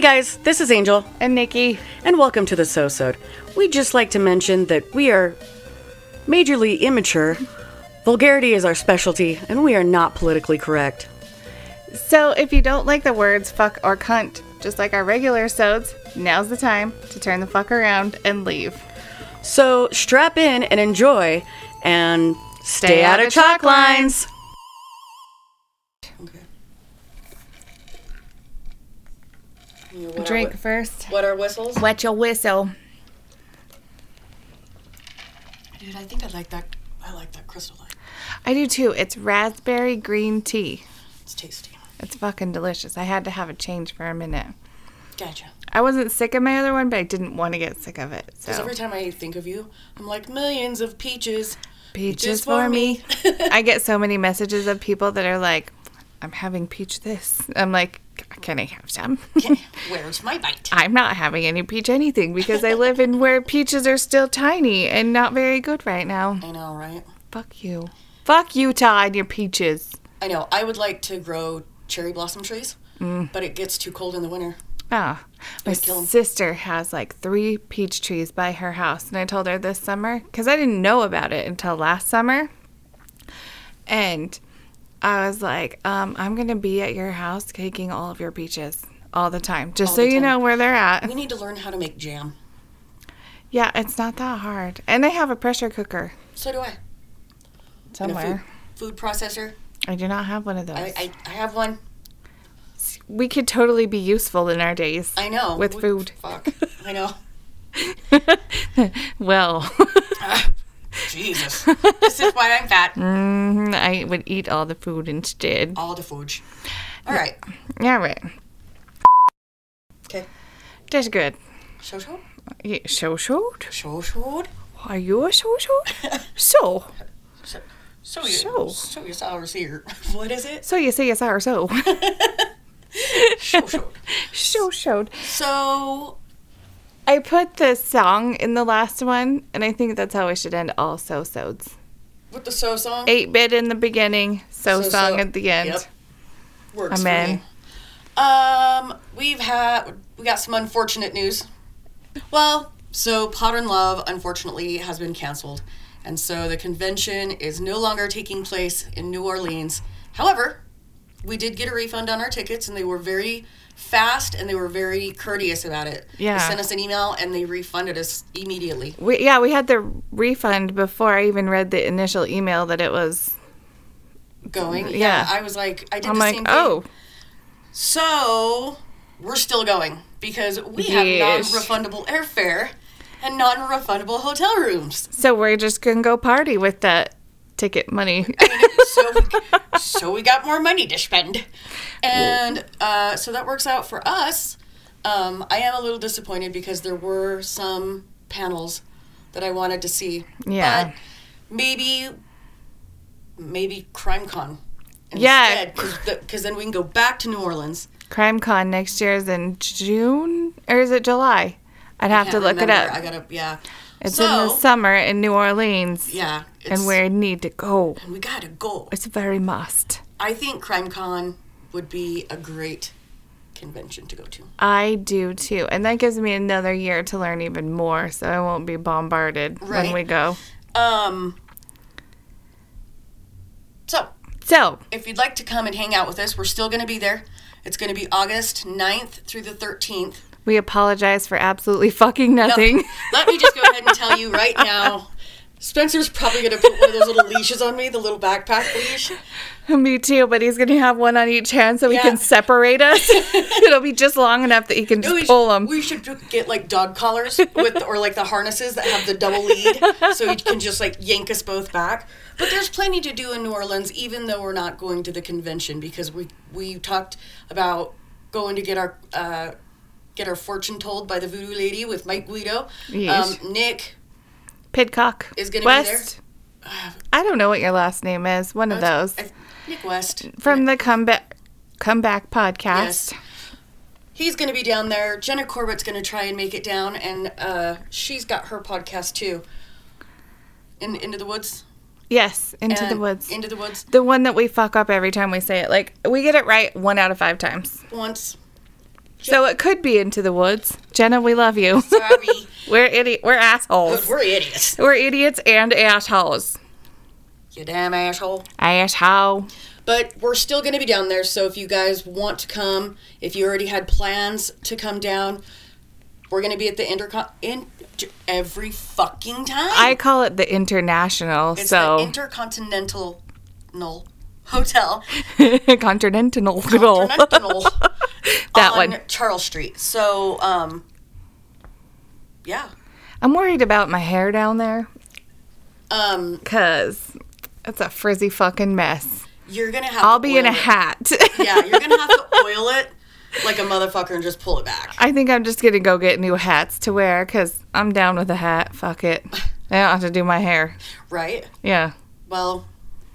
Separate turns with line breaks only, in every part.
guys, this is Angel,
And Nikki.
and welcome to the SoSod. We'd just like to mention that we are majorly immature. Vulgarity is our specialty, and we are not politically correct.
So if you don't like the words fuck or cunt, just like our regular sods, now's the time to turn the fuck around and leave.
So strap in and enjoy, and stay, out, of chalk lines.
Drink first.
What are whistles?
Wet your whistle.
Dude, I think I like that. I like that crystalline.
I do too. It's raspberry green tea.
It's tasty.
It's fucking delicious. I had to have a change for a minute.
Gotcha.
I wasn't sick of my other one, but I didn't want to get sick of it. So
time I think of you, I'm like millions of peaches.
peaches for me. I get so many messages of people that are like, "I'm having peach this." I'm like, "Can I have some?"
Where's my bite?
I'm not having any peach anything because I live in where peaches are still tiny and not very good right now.
I know, right?
Fuck you. Fuck Utah and your peaches.
I know. I would like to grow cherry blossom trees, but it gets too cold in the winter.
Ah, my
kill 'em.
sister has like three peach trees by her house, and I told her this summer because I didn't know about it until last summer. And I was like, um, I'm gonna be at your house taking all of your peaches all the time, just
All
so
the
you
time.
know where they're at.
We need to learn how to make jam.
Yeah, it's not that hard, and I have a pressure cooker
So do I. And a
somewhere.
Food, food processor.
I do not have one of those.
I, I, I have one.
we could totally be useful in our days.
I know.
With
What-
food.
Fuck. I know.
well,
Jesus. this is why I'm fat.
I would eat all the food instead.
All the food. All right.
All right,
Okay.
that's good.
Show show.
Yeah, so short?
Show show.
Are you a so short? so.
So
Show.
you. So you saw here. What is it?
So you say yes or so.
Show show.
so short.
So
I put the song in the last one, and I think that's how we should end all so sods.
with the so song.
8 bit in the beginning, so,
So-so.
song at the end.
Yep. Works
Amen.
for me. Um, we've had we got some unfortunate news. Well, so Potter and Love unfortunately has been canceled, and so the convention is no longer taking place in New Orleans. However, we did get a refund on our tickets, and they were very fast and they were very courteous about it.
Yeah.
they sent us an email and they refunded us immediately.
We, yeah, we had the refund before I even read the initial email that it was.
Going, yeah,
Yeah.
I was like, I did
I'm
the
like,
same thing.
oh,
So we're still going because we
Yes.
have non-refundable airfare and non-refundable hotel rooms.
so we're just going to go party with that ticket money.
So we, so we got more money to spend, and uh, so that works out for us. Um, I am a little disappointed because there were some panels that I wanted to see.
Yeah.
But maybe, maybe CrimeCon.
Yeah.
Because then we can go back to New Orleans.
CrimeCon next year is in June, or is it July? I'd have to
Can't
look
remember.
it up.
I gotta, yeah.
It's
so,
in the summer in New Orleans,
Yeah.
and we need to go.
We gotta go.
It's a very must.
I think CrimeCon would be a great convention to go to.
I do too, and that gives me another year to learn even more, so I won't be bombarded when
Right.
we go.
Um. So,
So,
if you'd like to come and hang out with us, we're still going to be there. It's going to be August 9th through the 13th.
we apologize for absolutely fucking
Now,
nothing.
let me just go ahead and tell you right now. Spencer's probably going to put one of those little leashes on me, the little backpack leash.
me too, but he's gonna have one on each hand so we
Yeah.
can separate us. It'll be just long enough that he can just
We
pull
should-
them.
We should do- get like dog collars with, or like the harnesses that have the double lead, so you can just like yank us both back. But there's plenty to do in New Orleans, even though we're not going to the convention because we we talked about going to get our uh, get our fortune told by the voodoo lady with Mike Guido.
Yes.
Um, Nick
Pidcock
is going to be there.
West. I don't know what your last name is. One of those.
I- Nick West.
from the comeback comeback podcast.
Yes. He's going to be down there. Jenna Corbett's going to try and make it down, and uh, she's got her podcast too. In Into the Woods.
Yes, into the
and
woods.
Into the woods
the one that we fuck up every time we say it. Like we get it right one out of five times.
once.
So it could be into the woods. Jenna, we love you.
Sorry.
We're idiot. We're assholes.
We're idiots.
We're idiots and assholes.
You damn asshole.
Asshole.
But we're still going to be down there, so if you guys want to come, if you already had plans to come down, we're going to be at the intercon in every fucking time.
I call it the international.
it's
so
the intercontinental null hotel,
continental.
Continental
that
on
one.
Charles Street. So, um, yeah,
I'm worried about my hair down there
um,
because it's a frizzy fucking mess.
you're gonna have.
I'll
to
be in
oil
a
it.
hat.
Yeah, you're gonna have to oil it like a motherfucker and just pull it back.
I think I'm just gonna go get new hats to wear because I'm down with a hat. Fuck it. I don't have to do my hair.
Right?
Yeah.
Well,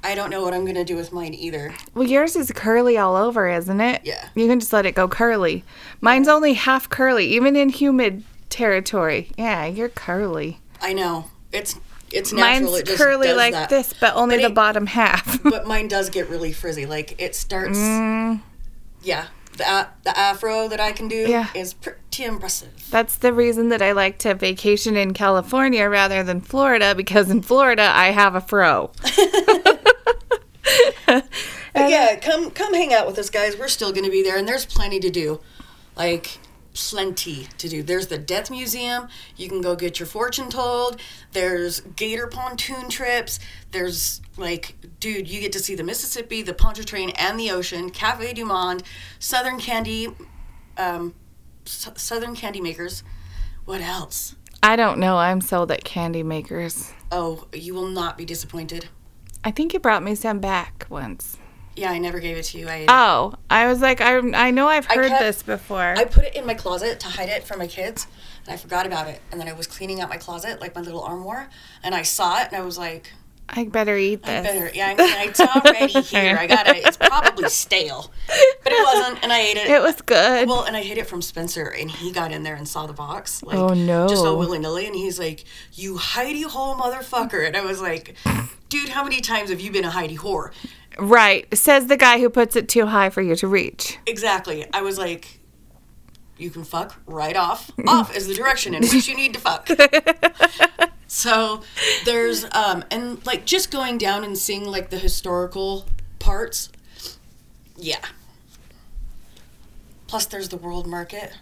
I don't know what I'm gonna do with mine either.
Well, yours is curly all over, isn't it?
Yeah.
You can just let it go curly. Mine's only half curly, even in humid territory. Yeah, you're curly.
I know it's it's natural.
Mine's
it just
curly
does
like
that.
this, but only
But
the
it-
bottom half.
But mine does get really frizzy. Like it starts.
Mm.
Yeah, the a- the afro that I can do
Yeah.
is pretty impressive.
That's the reason that I like to vacation in California rather than Florida because in Florida I have a fro.
But yeah, come come hang out with us, guys. We're still gonna be there, and there's plenty to do. Like plenty to do. There's the Death Museum. You can go get your fortune told. There's gator pontoon trips. There's like, dude, you get to see the Mississippi, the Pontchartrain, and the ocean. Cafe du Monde, Southern Candy, um, S- Southern Candy Makers. What else?
I don't know. I'm sold at candy makers.
Oh, you will not be disappointed.
I think you brought me some back once.
Yeah, I never gave it to you. I
Oh, I was like, I, I know I've heard
kept-
this before.
I put it in my closet to hide it from my kids, and I forgot about it. And then I was cleaning out my closet, like my little armoire, and I saw it, and I was like,
I better eat this.
"Better, yeah, I mean, it's already here. I got it. It's probably stale, but it wasn't." And I ate it.
It was good.
well, and I hid it from Spencer, and he got in there and saw the box, like,
Oh, no.
just all willy nilly, and he's like, "You Heidi hole motherfucker!" And I was like, "Dude, how many times have you been a Heidi whore?"
right. Says the guy who puts it too high for you to reach.
Exactly. I was like, you can fuck right off. off is the direction in which you need to fuck. so there's um and like just going down and seeing like the historical parts. Yeah. Plus there's the world market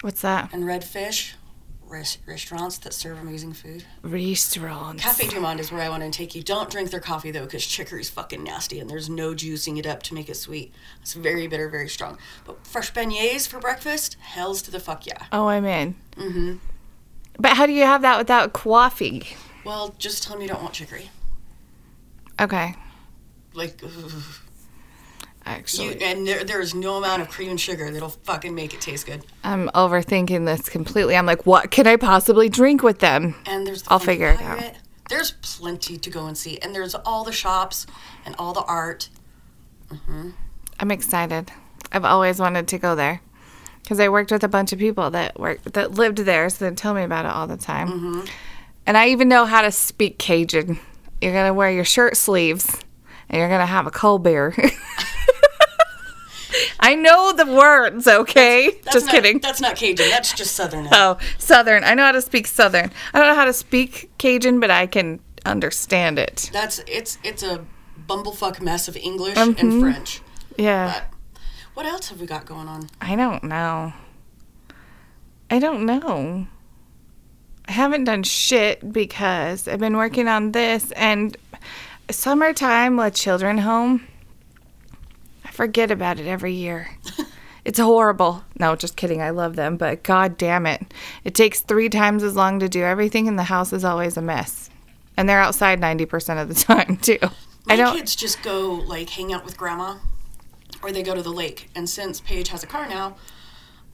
What's that?
and redfish res- restaurants that serve amazing food.
Restaurants.
Cafe Du Monde is where I want to take you. Don't drink their coffee though, because chicory's fucking nasty, and there's no juicing it up to make it sweet. It's very bitter, very strong. But fresh beignets for breakfast, hell's to the fuck yeah.
Oh, I'm in. Mm-hmm. But how do you have that without coffee?
Well, just tell me you don't want chicory.
Okay.
Like, ugh.
Actually,
you, and there, there is no amount of cream and sugar that'll fucking make it taste good.
I'm overthinking this completely. I'm like, what can I possibly drink with them?
And there's the
I'll
Funky
figure it out.
Pirate. There's plenty to go and see, and there's all the shops and all the art.
I'm excited. I've always wanted to go there because I worked with a bunch of people that worked that lived there, so they tell me about it all the time.
Mm-hmm.
And I even know how to speak Cajun. You're gonna wear your shirt sleeves, and you're gonna have a cold beer. I know the words, okay?
That's
Just
not,
kidding.
That's not Cajun. That's just Southern.
Oh, Southern. I know how to speak Southern. I don't know how to speak Cajun, but I can understand it.
That's it's it's a bumblefuck mess of English
Mm-hmm.
and French.
Yeah.
But what else have we got going on?
I don't know. I don't know. I haven't done shit because I've been working on this and summertime with children home. I forget about it every year. It's horrible. No, just kidding. I love them, but god damn it. It takes three times as long to do everything, and the house is always a mess. And they're outside 90% of the time, too.
My
I don't.
kids just go like hang out with grandma, or they go to the lake. And since Paige has a car now,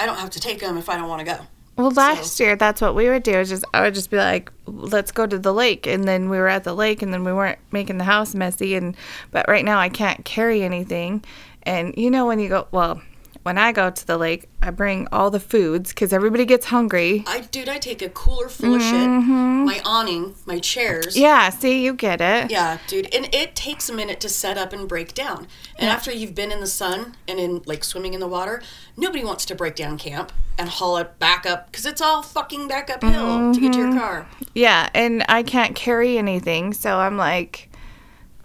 I don't have to take them if I don't want to go.
Well, last year that's what we would do. Is just I would just be like, "Let's go to the lake," and then we were at the lake, and then we weren't making the house messy. And but right now I can't carry anything, and you know when you go, well, when I go to the lake, I bring all the foods because everybody gets hungry.
I dude, I take a cooler full of shit, my awning, my chairs.
Mm-hmm. Yeah, see, you get it.
Yeah, dude, and it takes a minute to set up and break down. And after you've been in the sun and in like swimming in the water, nobody wants to break down camp and haul it back up because it's all fucking back uphill to get to
Mm-hmm.
your car.
Yeah, and I can't carry anything, so I'm like,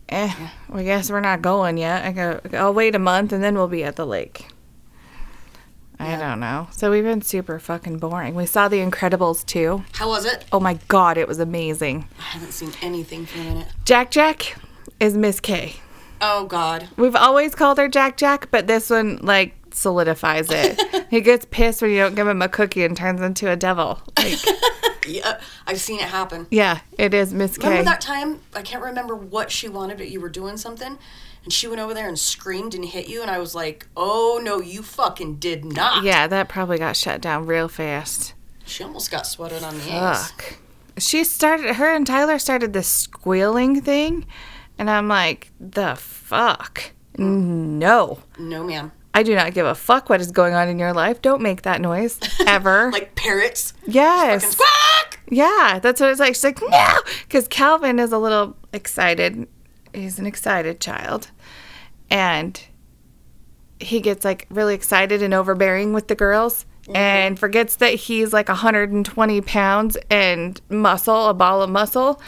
eh, well, I guess we're not going yet. I go, I'll wait a month and then we'll be at the lake. I don't know. So we've been super fucking boring. We saw The Incredibles too.
How was it?
Oh my god, it was amazing.
I haven't seen anything for a minute.
Jack Jack is Miss K.
Oh God,
We've always called her Jack Jack, but this one like solidifies it. he gets pissed when you don't give him a cookie and turns into a devil. Like,
yeah, I've seen it happen.
yeah, it is Miss K.
Remember that time? I can't remember what she wanted, but you were doing something, and she went over there and screamed and hit you, and I was like, "Oh no, you fucking did not!"
Yeah, that probably got shut down real fast.
She almost got sweated on the ass.
Fuck. She started, her and Tyler started this squealing thing, and I'm like, the fuck? No.
No, ma'am.
I do not give a fuck what is going on in your life. Don't make that noise ever.
Like parrots. Fucking
yes.
squawk!
Yeah, that's what it's like. She's like, no! Because Calvin is a little excited. He's an excited child. And he gets like really excited and overbearing with the girls and forgets that he's like 120 pounds and muscle, a ball of muscle.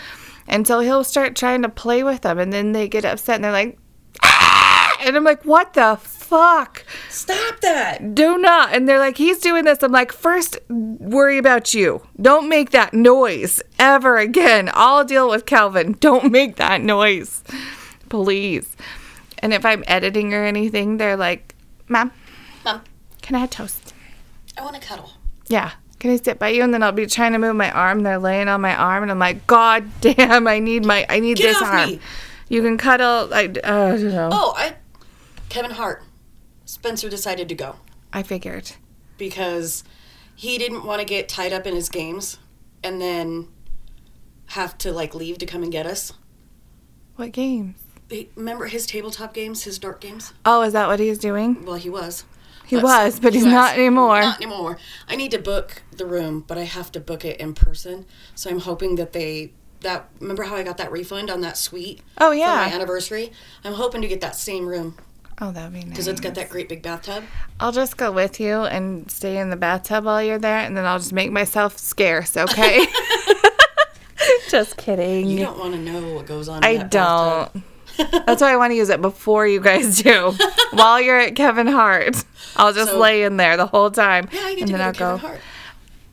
And so he'll start trying to play with them. And then they get upset and they're like, "Ah!" and I'm like, what the fuck?
Stop that!
do not. And they're like, he's doing this. I'm like, first, worry about you. Don't make that noise ever again. I'll deal with Calvin. Don't make that noise, please. And if I'm editing or anything, they're like, Mom,
Mom,
can I have toast?
I want to cuddle.
Yeah. Can I sit by you? And then I'll be trying to move my arm. They're laying on my arm, and I'm like, God damn, I need my, I need
Get
this
off
arm.
me.
You can cuddle. I, uh, I don't know.
Oh, I. Kevin Hart. Spencer decided to go
I figured.
because he didn't want to get tied up in his games and then have to like leave to come and get us.
What game?
He- Remember his tabletop games, his dark games?
Oh, is that what he's doing?
Well, he was.
He was, but he's not anymore.
Not anymore. I need to book the room, but I have to book it in person. So I'm hoping that they that remember how I got that refund on that suite
Oh,
for my
yeah.
anniversary. I'm hoping to get that same room
Oh, that'd be nice.
because it's got that great big bathtub.
I'll just go with you and stay in the bathtub while you're there, and then I'll just make myself scarce, okay? just kidding.
You don't want to know what goes on.
I
in that bathtub.
don't. That's why I want to use it before you guys do. while you're at Kevin Hart, I'll just
So-
lay in there the whole time,
Yeah, I can
and
do
then
it
I'll
with Kevin
go.
Hart.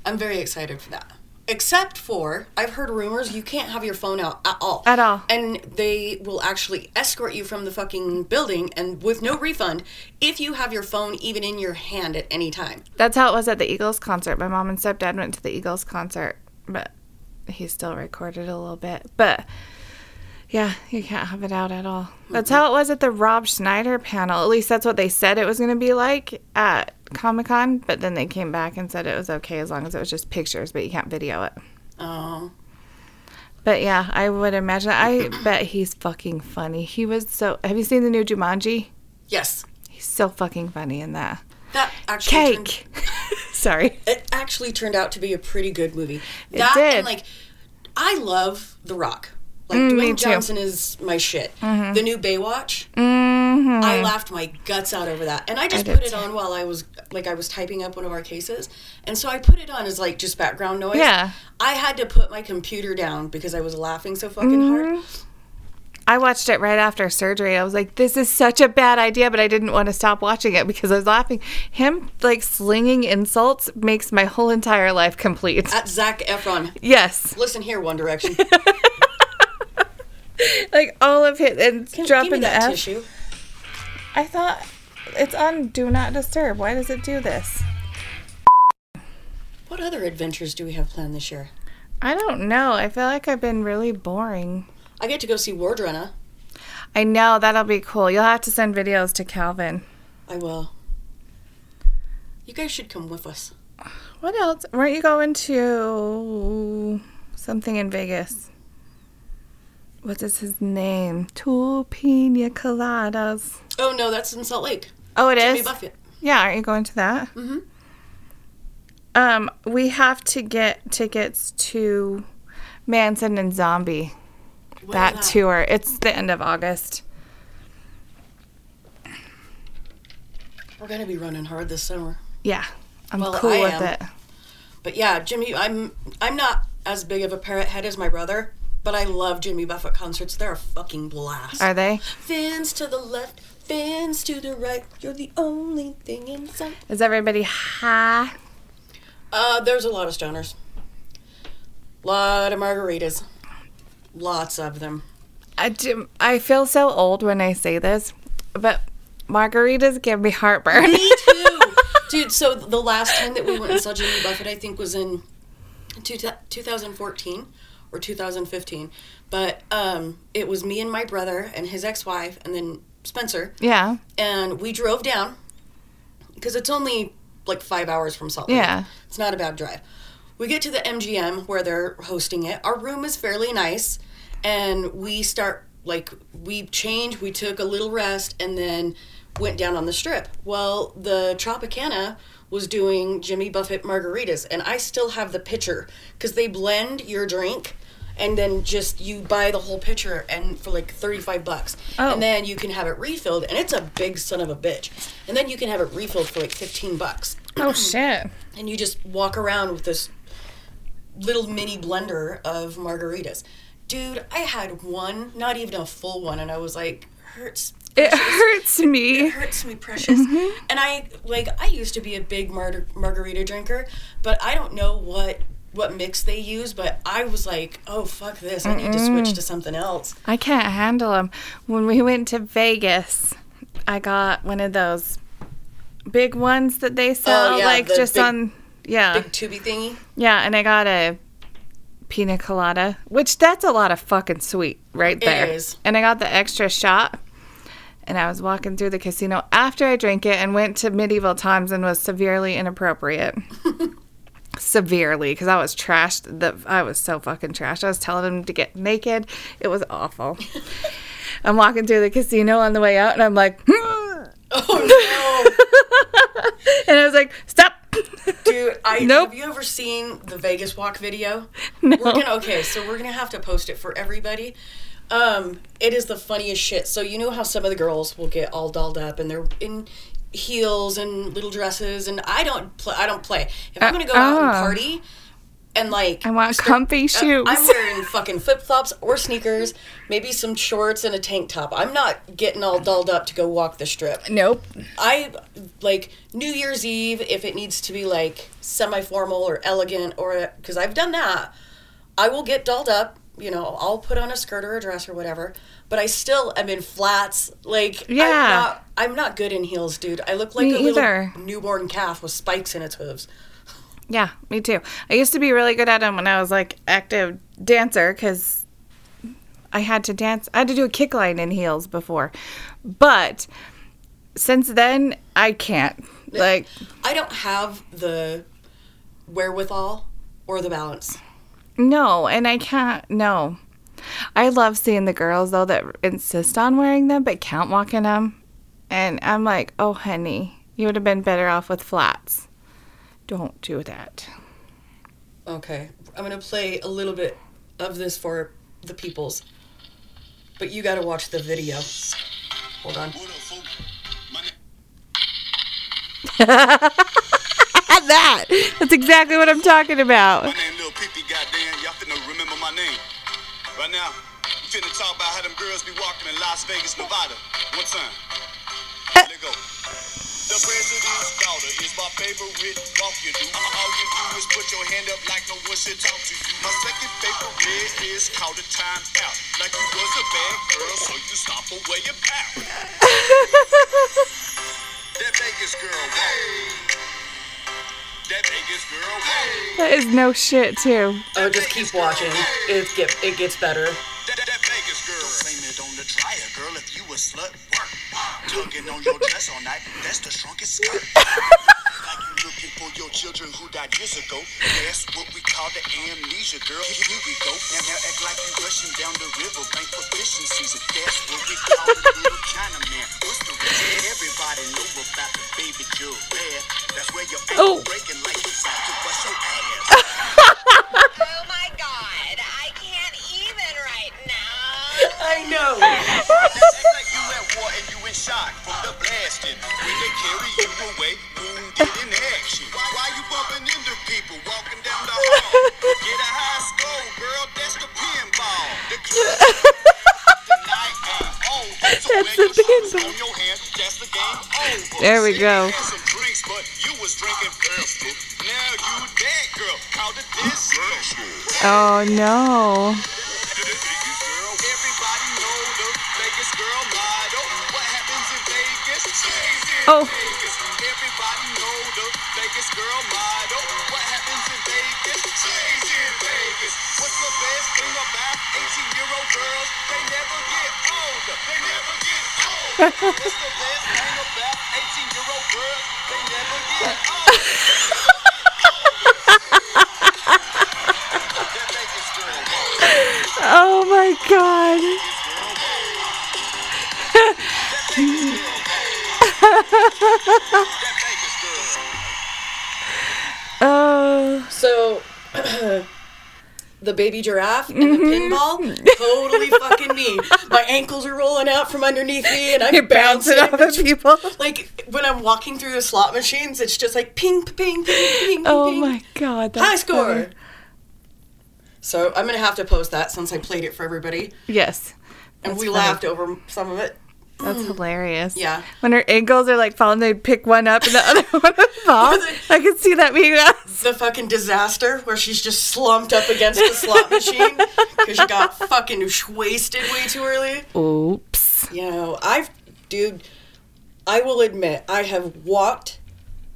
I'm very excited for that. Except for, I've heard rumors you can't have your phone out at all.
At all.
And they will actually escort you from the fucking building and with no refund if you have your phone even in your hand at any time.
That's how it was at the Eagles concert. My mom and stepdad went to the Eagles concert, but he still recorded a little bit. But yeah, you can't have it out at all. That's how it was at the Rob Schneider panel. At least that's what they said it was going to be like at Comic Con, but then they came back and said it was okay as long as it was just pictures, but you can't video it.
Oh.
But yeah, I would imagine. I bet he's fucking funny. He was so. Have you seen the new Jumanji?
Yes.
He's so fucking funny in that.
That actually turned-
Cake! Sorry.
it actually turned out to be a pretty good movie. that
did. Mm,
and like I love The Rock. Like Dwayne
me too. Mm-hmm.
Johnson is my shit. The new Baywatch. I laughed my guts out over that. And I just
did
put it on while I was like I was typing up one of our cases. And so I put it on as like just background noise.
Yeah.
I had to put my computer down because I was laughing so fucking hard.
Mm-hmm. I watched it right after surgery. I was like, this is such a bad idea, but I didn't want to stop watching it because I was laughing. Him like slinging insults makes my whole entire life complete.
At Zach Efron.
yes.
Listen here, One Direction.
Like all of his and
Give me
dropping the
that
F.
tissue.
I thought it's on do not disturb. Why does it do this?
What other adventures do we have planned this year?
I don't know. I feel like I've been really boring.
I get to go see Wardrunner.
I know that'll be cool. You'll have to send videos to Calvin.
I will. You guys should come with us.
What else? Weren't you going to something in Vegas? What is his name? Two pina coladas.
Oh no, that's in Salt Lake.
Oh, it
Jimmy
is.
Buffett.
Yeah, aren't you going to that? Mm-hmm. Um, we have to get tickets to Manson and Zombie.
What
that
is
tour. It's the end of August.
We're gonna be running hard this summer.
Yeah, I'm
Well,
cool
I
with
am.
it.
But yeah, Jimmy, I'm I'm not as big of a parrot head as my brother, but I love Jimmy Buffett concerts. They're a fucking blast.
Are they?
Fins to the left, fins to the right. You're the only thing inside.
Is everybody high?
Uh, there's a lot of stoners. Lot of margaritas. Lots of them.
I, do- I feel so old when I say this, but margaritas give me heartburn.
Me too. Dude, so the last time that we went and saw Jimmy Buffett, I think, was in two, 2014 or 2015. But um, it was me and my brother and his ex wife, and then Spencer.
yeah,
And we drove down because it's only like five hours from Salt Lake.
Yeah.
It's not a bad drive. We get to the MGM where they're hosting it. Our room is fairly nice. And we start, like, we changed, we took a little rest, and then went down on the strip. Well, the Tropicana was doing Jimmy Buffett margaritas. And I still have the pitcher because they blend your drink. And then just you buy the whole pitcher and for like thirty five bucks,
Oh.
and then you can have it refilled, and it's a big son of a bitch. And then you can have it refilled for like fifteen bucks
Oh shit.
and you just walk around with this little mini blender of margaritas. Dude, I had one, not even a full one, and I was like, hurts,
It hurts me.
hurts me precious. And I like I used to be a big mar- margarita drinker, but I don't know what what mix they use, but I was like, oh fuck this, I need to switch to something else.
I can't handle them. When we went to Vegas, I got one of those big ones that they sell,
Oh, yeah,
like
the
just
big-
on. Yeah,
Big tubey thingy.
yeah, and I got a pina colada, which that's a lot of fucking sweet right there.
is.
And I got the extra shot. And I was walking through the casino after I drank it and went to medieval times and was severely inappropriate. severely, because I was trashed. The I was so fucking trashed. I was telling him to get naked. It was awful. I'm walking through the casino on the way out, and I'm like,
Oh
and I was like, stop.
no, dude! I
Nope.
have you ever seen the Vegas Walk video?
No.
We're gonna okay, so we're gonna have to post it for everybody. Um, it is the funniest shit. So you know how some of the girls will get all dolled up and they're in heels and little dresses, and I don't play. I don't play. If I'm gonna go out and
Uh-oh.
party, and like
Uh-uh. I want
Uh,
comfy shoes.
I'm wearing fucking flip flops or sneakers, maybe some shorts and a tank top. I'm not getting all dolled up to go walk the strip.
nope.
I like New Year's Eve if it needs to be like semi formal or elegant or because I've done that. I will get dolled up, you know, I'll put on a skirt or a dress or whatever, but I still am in flats. Like,
Yeah.
I'm not, I'm not good in heels, dude. I look like
Me
a little
either.
newborn calf with spikes in its hooves.
Yeah, me too. I used to be really good at them when I was like active dancer because I had to dance. I had to do a kick line in heels before, but since then I can't. Like,
I don't have the wherewithal or the balance.
no, and I can't. No, I love seeing the girls though that insist on wearing them but can't walk in them, and I'm like, oh honey, you would have been better off with flats. Don't do that.
Okay. I'm going to play a little bit of this for the peoples. But you got to watch the video. Hold on.
What up, folk? My name
At that, that's exactly what I'm talking about.
my name Lil Pippy, goddamn. Y'all finna remember my name. Right now, I'm finna talk about how them girls be walking in Las Vegas, Nevada. One time. Let it go. The president's daughter is my favorite walk you do. All you do is put your hand up like no one should talk to you. My second favorite is called a time out. Like you was a bad girl, so you stop away about. that Vegas girl walk. That Vegas girl walk.
That is no shit, too.
Oh, just keep watching. It get it gets better.
That, that Vegas girl. Don't blame it on the dryer, girl. If you a slut, work. Tugging on your dress all night, that's the strongest skirt. like you looking for your children who died years ago. That's what we call the amnesia, girl. Here, here we go. Now, now act like you rushing down the riverbank for fishing season. That's what we call the little Chinaman. What's the Everybody know about the baby Jewel Bear. That's where your
Oh.
ankle breaking like you about to bust your ass.
Oh my god, I can't even right now.
I know.
Just act like you at war and you in shock from the blasting. When they carry you away, wounded in action. Why, why you bumping into people walking down the hall? Get a high score, girl. That's the pinball. The club. Tonight, uh, oh,
That's
so when
the
your shoes
pinball.
on your hands, that's the game over.
There we
Say
go.
you had some drinks, but you was drinking first. Now you that girl. Called it disco.
Oh no.
Everybody know the Vegas girl model. What happens in Vegas? Stays in
Oh.
Vegas. Everybody know the Vegas girl model. What happens in Vegas? Stays in Vegas. What's the best thing about 18 year old girls? They never get older. They never get older. What's the best thing about 18 year old girls? They never get older. That Vegas girl.
Oh my god.
That Vegas girl.
Oh.
So, the baby giraffe and the
Mm-hmm.
pinball, totally fucking me. My ankles are rolling out from underneath me, and I'm
You're bouncing off of people.
Like when I'm walking through the slot machines, it's just like ping, ping, ping, ping,
Oh
ping.
my god. That's
High score.
funny.
So I'm gonna have to post that since I played it for everybody,
Yes.
and
That's
we
funny.
laughed over some of it.
That's hilarious.
Mm. Yeah.
When her ankles are like falling, they pick one up and the other one would fall. I could see that being us.
The fucking disaster where she's just slumped up against the slot machine because she got fucking wasted way too early.
Oops.
You know, I've, dude, I will admit, I have walked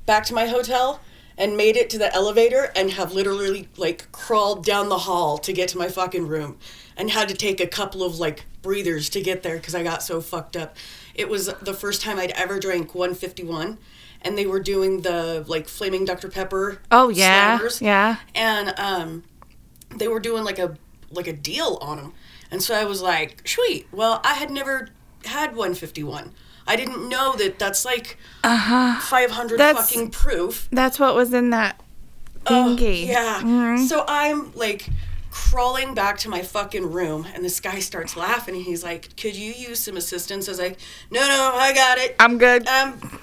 back to my hotel and made it to the elevator and have literally, like, crawled down the hall to get to my fucking room and had to take a couple of, like, breathers to get there because I got so fucked up. It was the first time I'd ever drank 151 and they were doing the, like, Flaming Dr. Pepper.
Oh, yeah.
slammers
Yeah.
and um, they were doing like a like a deal on them, and so I was like, sweet. Well, I had never had 151. I didn't know that that's like 500
That's-
fucking proof.
That's what was in that thingy.
Oh, Yeah. So I'm like crawling back to my fucking room, and this guy starts laughing, and he's like, "Could you use some assistance?" I was like, "No, no, I got it.
I'm good.
I'm,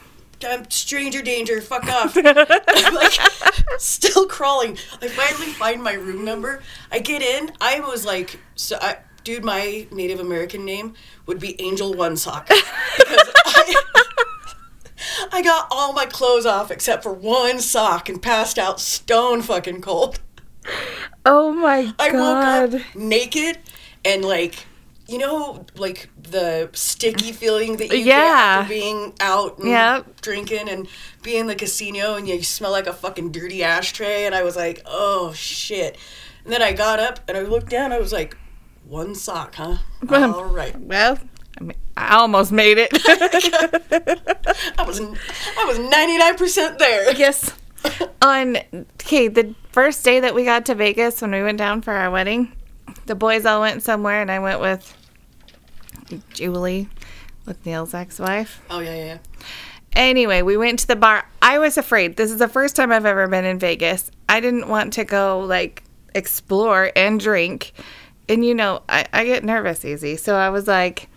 I'm stranger danger. Fuck off. I'm like, still crawling. I finally find my room number. I get in. I was like, so I, dude, my Native American name would be Angel One Sock. Because I, I got all my clothes off except for one sock and passed out stone fucking cold.
oh my
I
god.
woke up naked and like you know like the sticky feeling that you get
Yeah.
after being out and
Yep.
drinking and being in the casino and you smell like a fucking dirty ashtray and I was like, "Oh shit." And then I got up and I looked down. I was like, "One sock, huh?" All right.
Well, I, mean, I almost made it.
I was I was 99% there.
yes. On okay, the first day that we got to Vegas when we went down for our wedding, the boys all went somewhere, and I went with Julie, with Neil's ex-wife.
Oh yeah, yeah. yeah.
Anyway, we went to the bar. I was afraid. This is the first time I've ever been in Vegas. I didn't want to go like explore and drink. And you know, I, I get nervous easy. So I was like,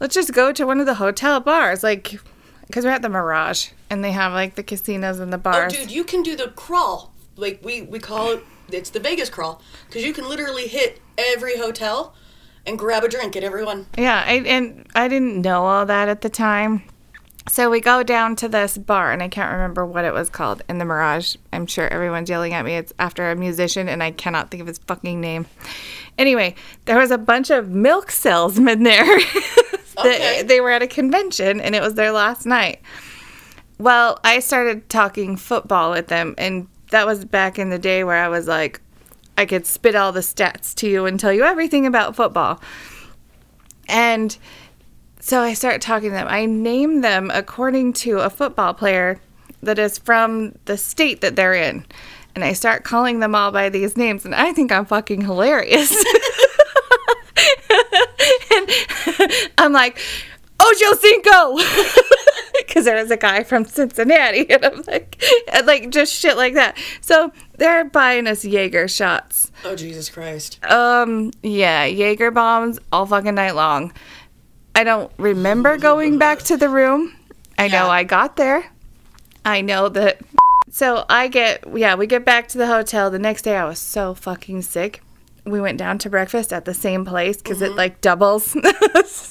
let's just go to one of the hotel bars. Like, because we're at the Mirage and they have like the casinos and the
Oh,
bars.
dude, you can do the crawl. Like we we call it it's the Vegas crawl because you can literally hit every hotel and grab a drink at everyone.
Yeah, I, and I didn't know all that at the time. So we go down to this bar, and I can't remember what it was called in the Mirage. I'm sure everyone's yelling at me. It's after a musician, and I cannot think of his fucking name. Anyway, there was a bunch of milk salesmen there.
Okay.
they, they were at a convention, and it was their last night. Well, I started talking football with them, and that was back in the day where I was like, I could spit all the stats to you and tell you everything about football. And so I start talking to them. I name them according to a football player that is from the state that they're in. And I start calling them all by these names, and I think I'm fucking hilarious. and I'm like, Ojo Cinco. Because there was a guy from Cincinnati, and I'm like, and like just shit like that. So they're buying us Jaeger shots.
Oh Jesus Christ!
Um, yeah, Jaeger bombs all fucking night long. I don't remember going back to the room. I know
Yeah.
I got there. I know that. So I get, yeah, we get back to the hotel. The next day I was so fucking sick. We went down to breakfast at the same place because it like doubles.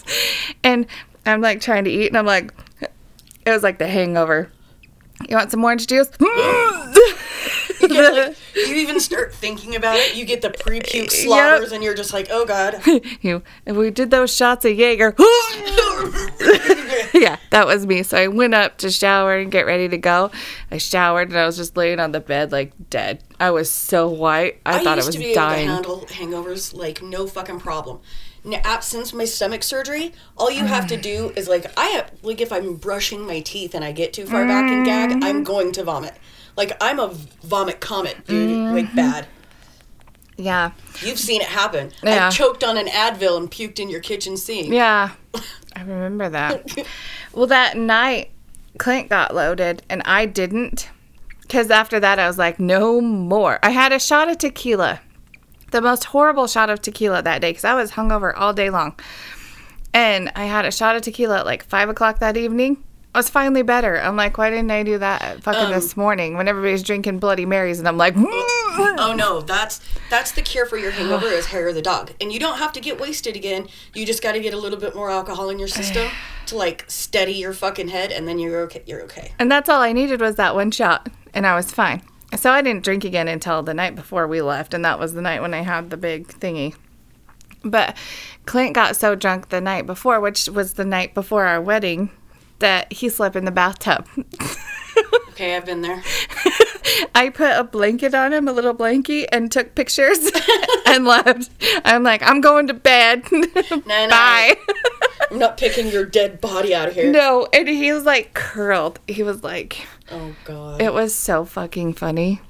and I'm like trying to eat and I'm like, it was like the hangover. You want some orange juice?
You, get, like, you even start thinking about it. You get the pre-puke slobbers, and you're just like, "Oh God!"
you if we did those shots of Jaeger. yeah, that was me. So I went up to shower and get ready to go. I showered and I was just laying on the bed like dead. I was so white. I, thought I
used
was
to be
dying.
able to handle hangovers like no fucking problem. Now, ab- since my stomach surgery, all you have to do
Mm.
is like I have like if I'm brushing my teeth and I get too far back and gag,
Mm.
I'm going to vomit. Like I'm a vomit comet, dude.
Mm-hmm.
Like bad.
yeah.
You've seen it happen.
Yeah.
I choked on an Advil and puked in your kitchen sink.
Yeah. I remember that. well, that night Clint got loaded and I didn't. Cuz after that I was like no more. I had a shot of tequila. The most horrible shot of tequila that day because I was hungover all day long. And I had a shot of tequila at like five o'clock that evening. I was finally better. I'm like, why didn't I do that at fucking this morning when everybody's drinking Bloody Marys? And I'm like,
Oh no, that's that's the cure for your hangover is hair of the dog. And you don't have to get wasted again. You just got to get a little bit more alcohol in your system to like steady your fucking head and then you're okay. You're okay.
And that's all I needed was that one shot, and I was fine. So I didn't drink again until the night before we left, and that was the night when I had the big thingy. But Clint got so drunk the night before, which was the night before our wedding, that he slept in the bathtub.
Okay, I've been there.
I put a blanket on him, a little blankie, and took pictures and left. I'm like, I'm going to bed.
no.
Bye.
I'm not picking your dead body out of here.
no, and he was like curled. He was like,
Oh god.
it was so fucking funny.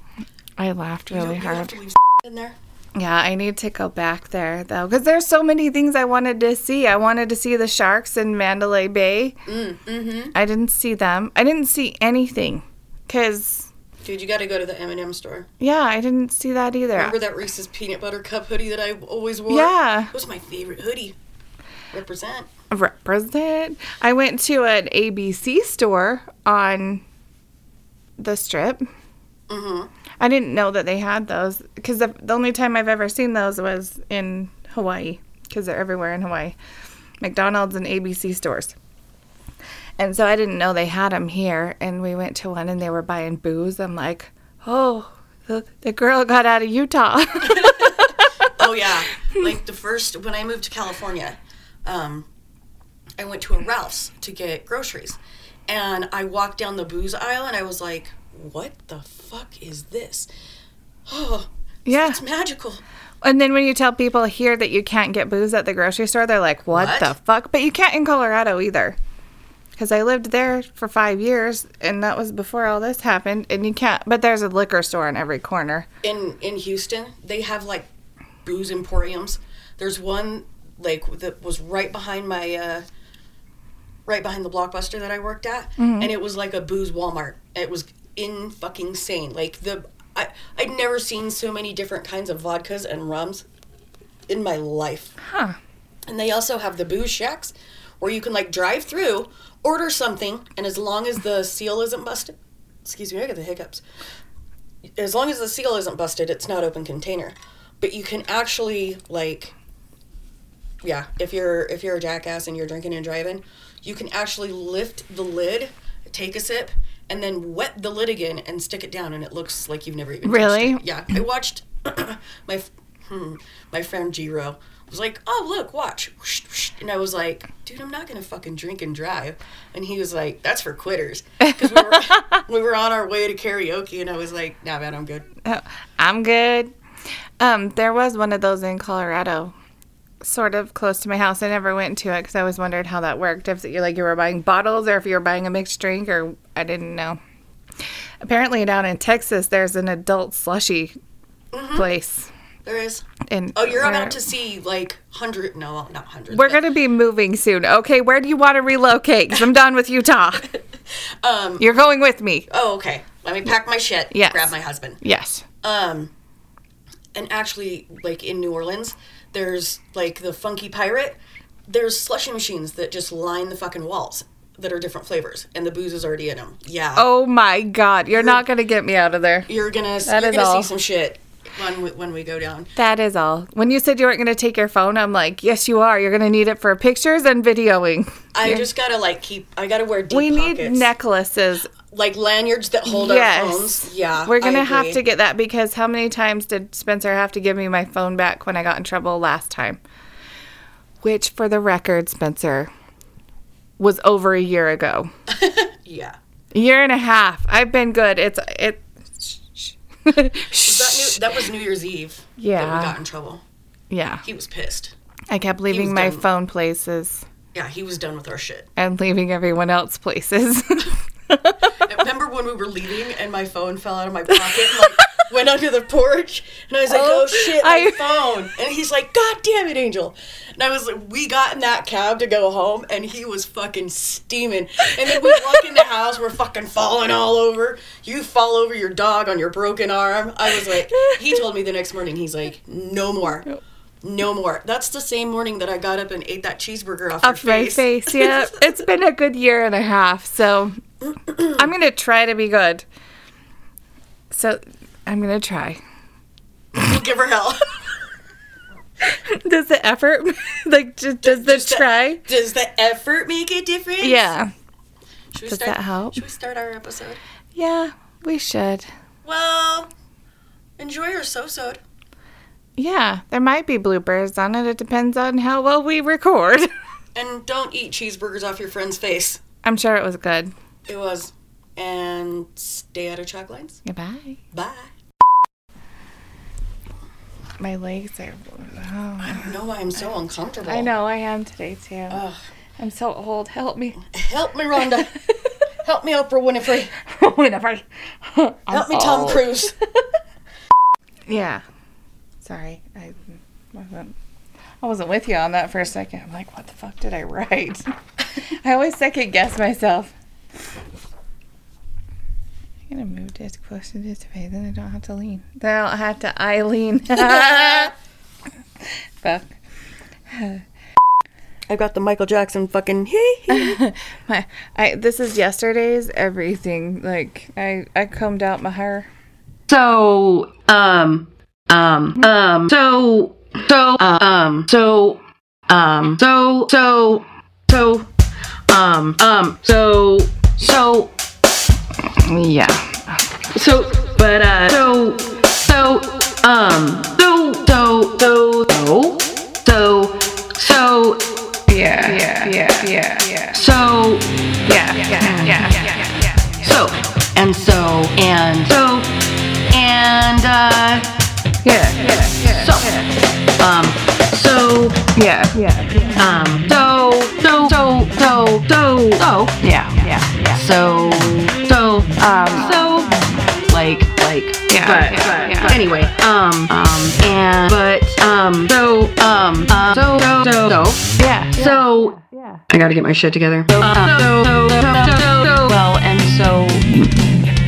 I laughed really
You have
hard.
to leave in there.
Yeah, I need to go back there though, because there's so many things I wanted to see. I wanted to see the sharks in Mandalay Bay. mm-hmm. I didn't see them. I didn't see anything, because
Dude, you got to go to the M&M store.
yeah, I didn't see that either.
Remember that Reese's peanut butter cup hoodie that I always wore?
Yeah.
It was my favorite hoodie. Represent.
Represent. I went to an ABC store on the strip.
Mhm.
I didn't know that they had those because the, the only time I've ever seen those was in Hawaii because they're everywhere in Hawaii. McDonald's and ABC stores. And so I didn't know they had them here. And we went to one and they were buying booze. I'm like, oh, the, the girl got out of Utah.
oh yeah like the first when i moved to california um, i went to a ralph's to get groceries and i walked down the booze aisle and i was like what the fuck is this oh
yeah.
it's magical
And then when you tell people here that you can't get booze at the grocery store, they're like, what,
What?
the fuck? But you can't in Colorado either. Because I lived there for five years, and that was before all this happened. And you can't, but there's a liquor store on every corner.
in in houston they have like booze emporiums there's one like that was right behind my uh right behind the blockbuster that i worked at and it was like a booze walmart it was in fucking sane like the I, i'd never seen so many different kinds of vodkas and rums in my life
Huh.
and they also have the booze shacks where you can like drive through order something and as long as the seal isn't busted excuse me i got the hiccups as long as the seal isn't busted, it's not open container. But you can actually like yeah, if you're if you're a jackass and you're drinking and driving, you can actually lift the lid, take a sip, and then wet the lid again and stick it down and it looks like you've never even touched
Really?
it. Yeah. I watched my f- hmm, my friend Jiro was like, "Oh, look, watch." And I was like, "Dude, I'm not going to fucking drink and drive." And he was like, "That's for quitters." Cuz we were we were on our way to karaoke and I was like, "Nah, man, I'm good."
Oh, I'm good. Um, there was one of those in Colorado, sort of close to my house. I never went to it because I always wondered how that worked. If you like you were buying bottles or if you were buying a mixed drink, or I didn't know. Apparently, down in Texas, there's an adult slushy place.
There is.
And
Oh, you're
we're-
about to see like hundred. No, well, not hundred.
We're
but-
gonna be moving soon. Okay, where do you want to relocate? Because I'm done with Utah. um, you're going with me.
Oh, okay. Let me pack my shit.
Yes.
Grab my husband.
Yes.
Um, and actually, like in New Orleans, there's like the Funky Pirate. There's slushy machines that just line the fucking walls that are different flavors, and the booze is already in them. Yeah.
Oh my God, you're not gonna get me out of there.
You're gonna.
That
you're
is
gonna
all.
see some shit when we, when we go down.
That is all. When you said you weren't gonna take your phone, I'm like, yes, you are. You're gonna need it for pictures and videoing.
I just gotta like keep. I gotta wear deep
We need
pockets.
necklaces.
like lanyards that hold our
Yes.
phones. Yeah.
We're
I
gonna have
agree.
to get that because how many times did Spencer have to give me my phone back when I got in trouble last time? Which, for the record, Spencer was over a year ago.
Yeah.
year and a half. I've been good. It's it.
That, new, that was New Year's Eve. That
Yeah.
we got in trouble.
yeah,
He was pissed.
I kept leaving my
done.
phone places
Yeah, he was done with our shit.
and leaving everyone else places.
Remember when we were leaving and my phone fell out of my pocket and like went under the porch and I was like,
Oh,
"Oh, shit, my
I-
phone!" And he's like, "God damn it, Angel!" And I was like, "We got in that cab to go home and he was fucking steaming." And then we walk in the house, we're fucking falling all over. You fall over your dog on your broken arm. I was like, he told me the next morning, he's like, "No more." No more. That's the same morning that I got up and ate that cheeseburger off, your
Off my
face.
face. Yeah, it's been a good year and a half. So I'm gonna try to be good. So I'm gonna try.
Give her hell.
Does the effort, like, just, does the
the-
try?
Does the effort make a difference?
Yeah,
Should we
Does
start,
that help?
Should we start our episode?
yeah, we should.
Well, enjoy your so-so.
Yeah, there might be bloopers on it. It depends on how well we record.
And don't eat cheeseburgers off your friend's face.
I'm sure it was good.
It was. And stay out of chalk lines.
Goodbye.
Bye.
My legs are.
I don't know why I'm so uncomfortable.
I know I am today too.
Ugh.
I'm so old. Help me.
Help me, Rhonda. Help me, Oprah Winfrey.
Whenever.
Help me, Tom Cruise.
Yeah. Sorry, I wasn't. I wasn't with you on that for a second. I'm like, what the fuck did I write? I always second guess myself. I'm gonna move this closer this way, then I don't have to lean. Then I don't have to Eileen. fuck.
I got the Michael Jackson fucking.
My, I this is yesterday's everything. Like I I combed out my hair.
So, um, um, um, so, so, uh, um, so, um, so, so, so, um, um, so, so, yeah. So, but, uh, so, so, um, so, so, so, so, so, so,
Yeah, yeah, yeah, yeah, yeah,
so,
yeah, yeah, yeah, yeah, yeah.
so, and so, and so, and, uh,
Yeah,
so, um, so,
yeah, yeah, yeah.
um, so, so, so, so, so, so, yeah, yeah, yeah. So, so, um, so, like, like,
Yeah,
but,
yeah,
but,
yeah.
but anyway, um, um, and, but, um, so, um, uh, so, so, so, so, yeah, so, yeah. I gotta get my shit together. So, um, so, so, so, so, so, well, and so,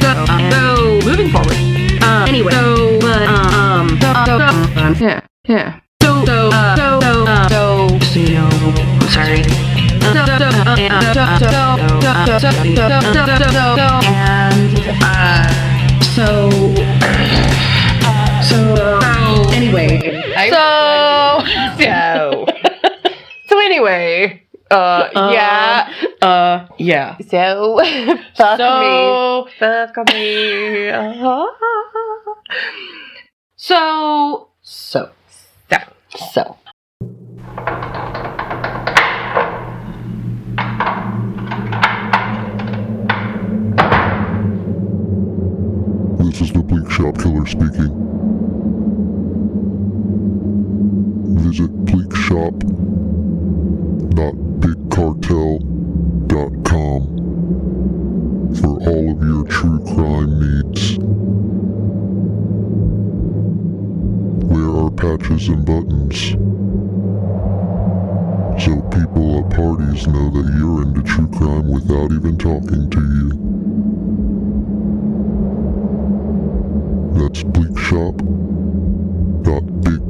so, and so, moving forward. Um, anyway, so, but, um, so, so, um, yeah, yeah. So, so, uh, so, so, uh, so, just so you know, I'm sorry. So, so, uh, and, uh, so, so, uh, so, so, so, so, so, so, so, and, uh, so, so, anyway,
So, so, so anyway, uh, yeah,
uh, yeah.
so, fuck me.
So,
Fuck me.
so, so, so, so.
This is the Blink Shop Killer speaking. Visit bleakshop.bigcartel.com for all of your true crime needs. Where our patches and buttons. So people at parties know that you're into true crime without even talking to you. That's bleakshop.bigcartel.com.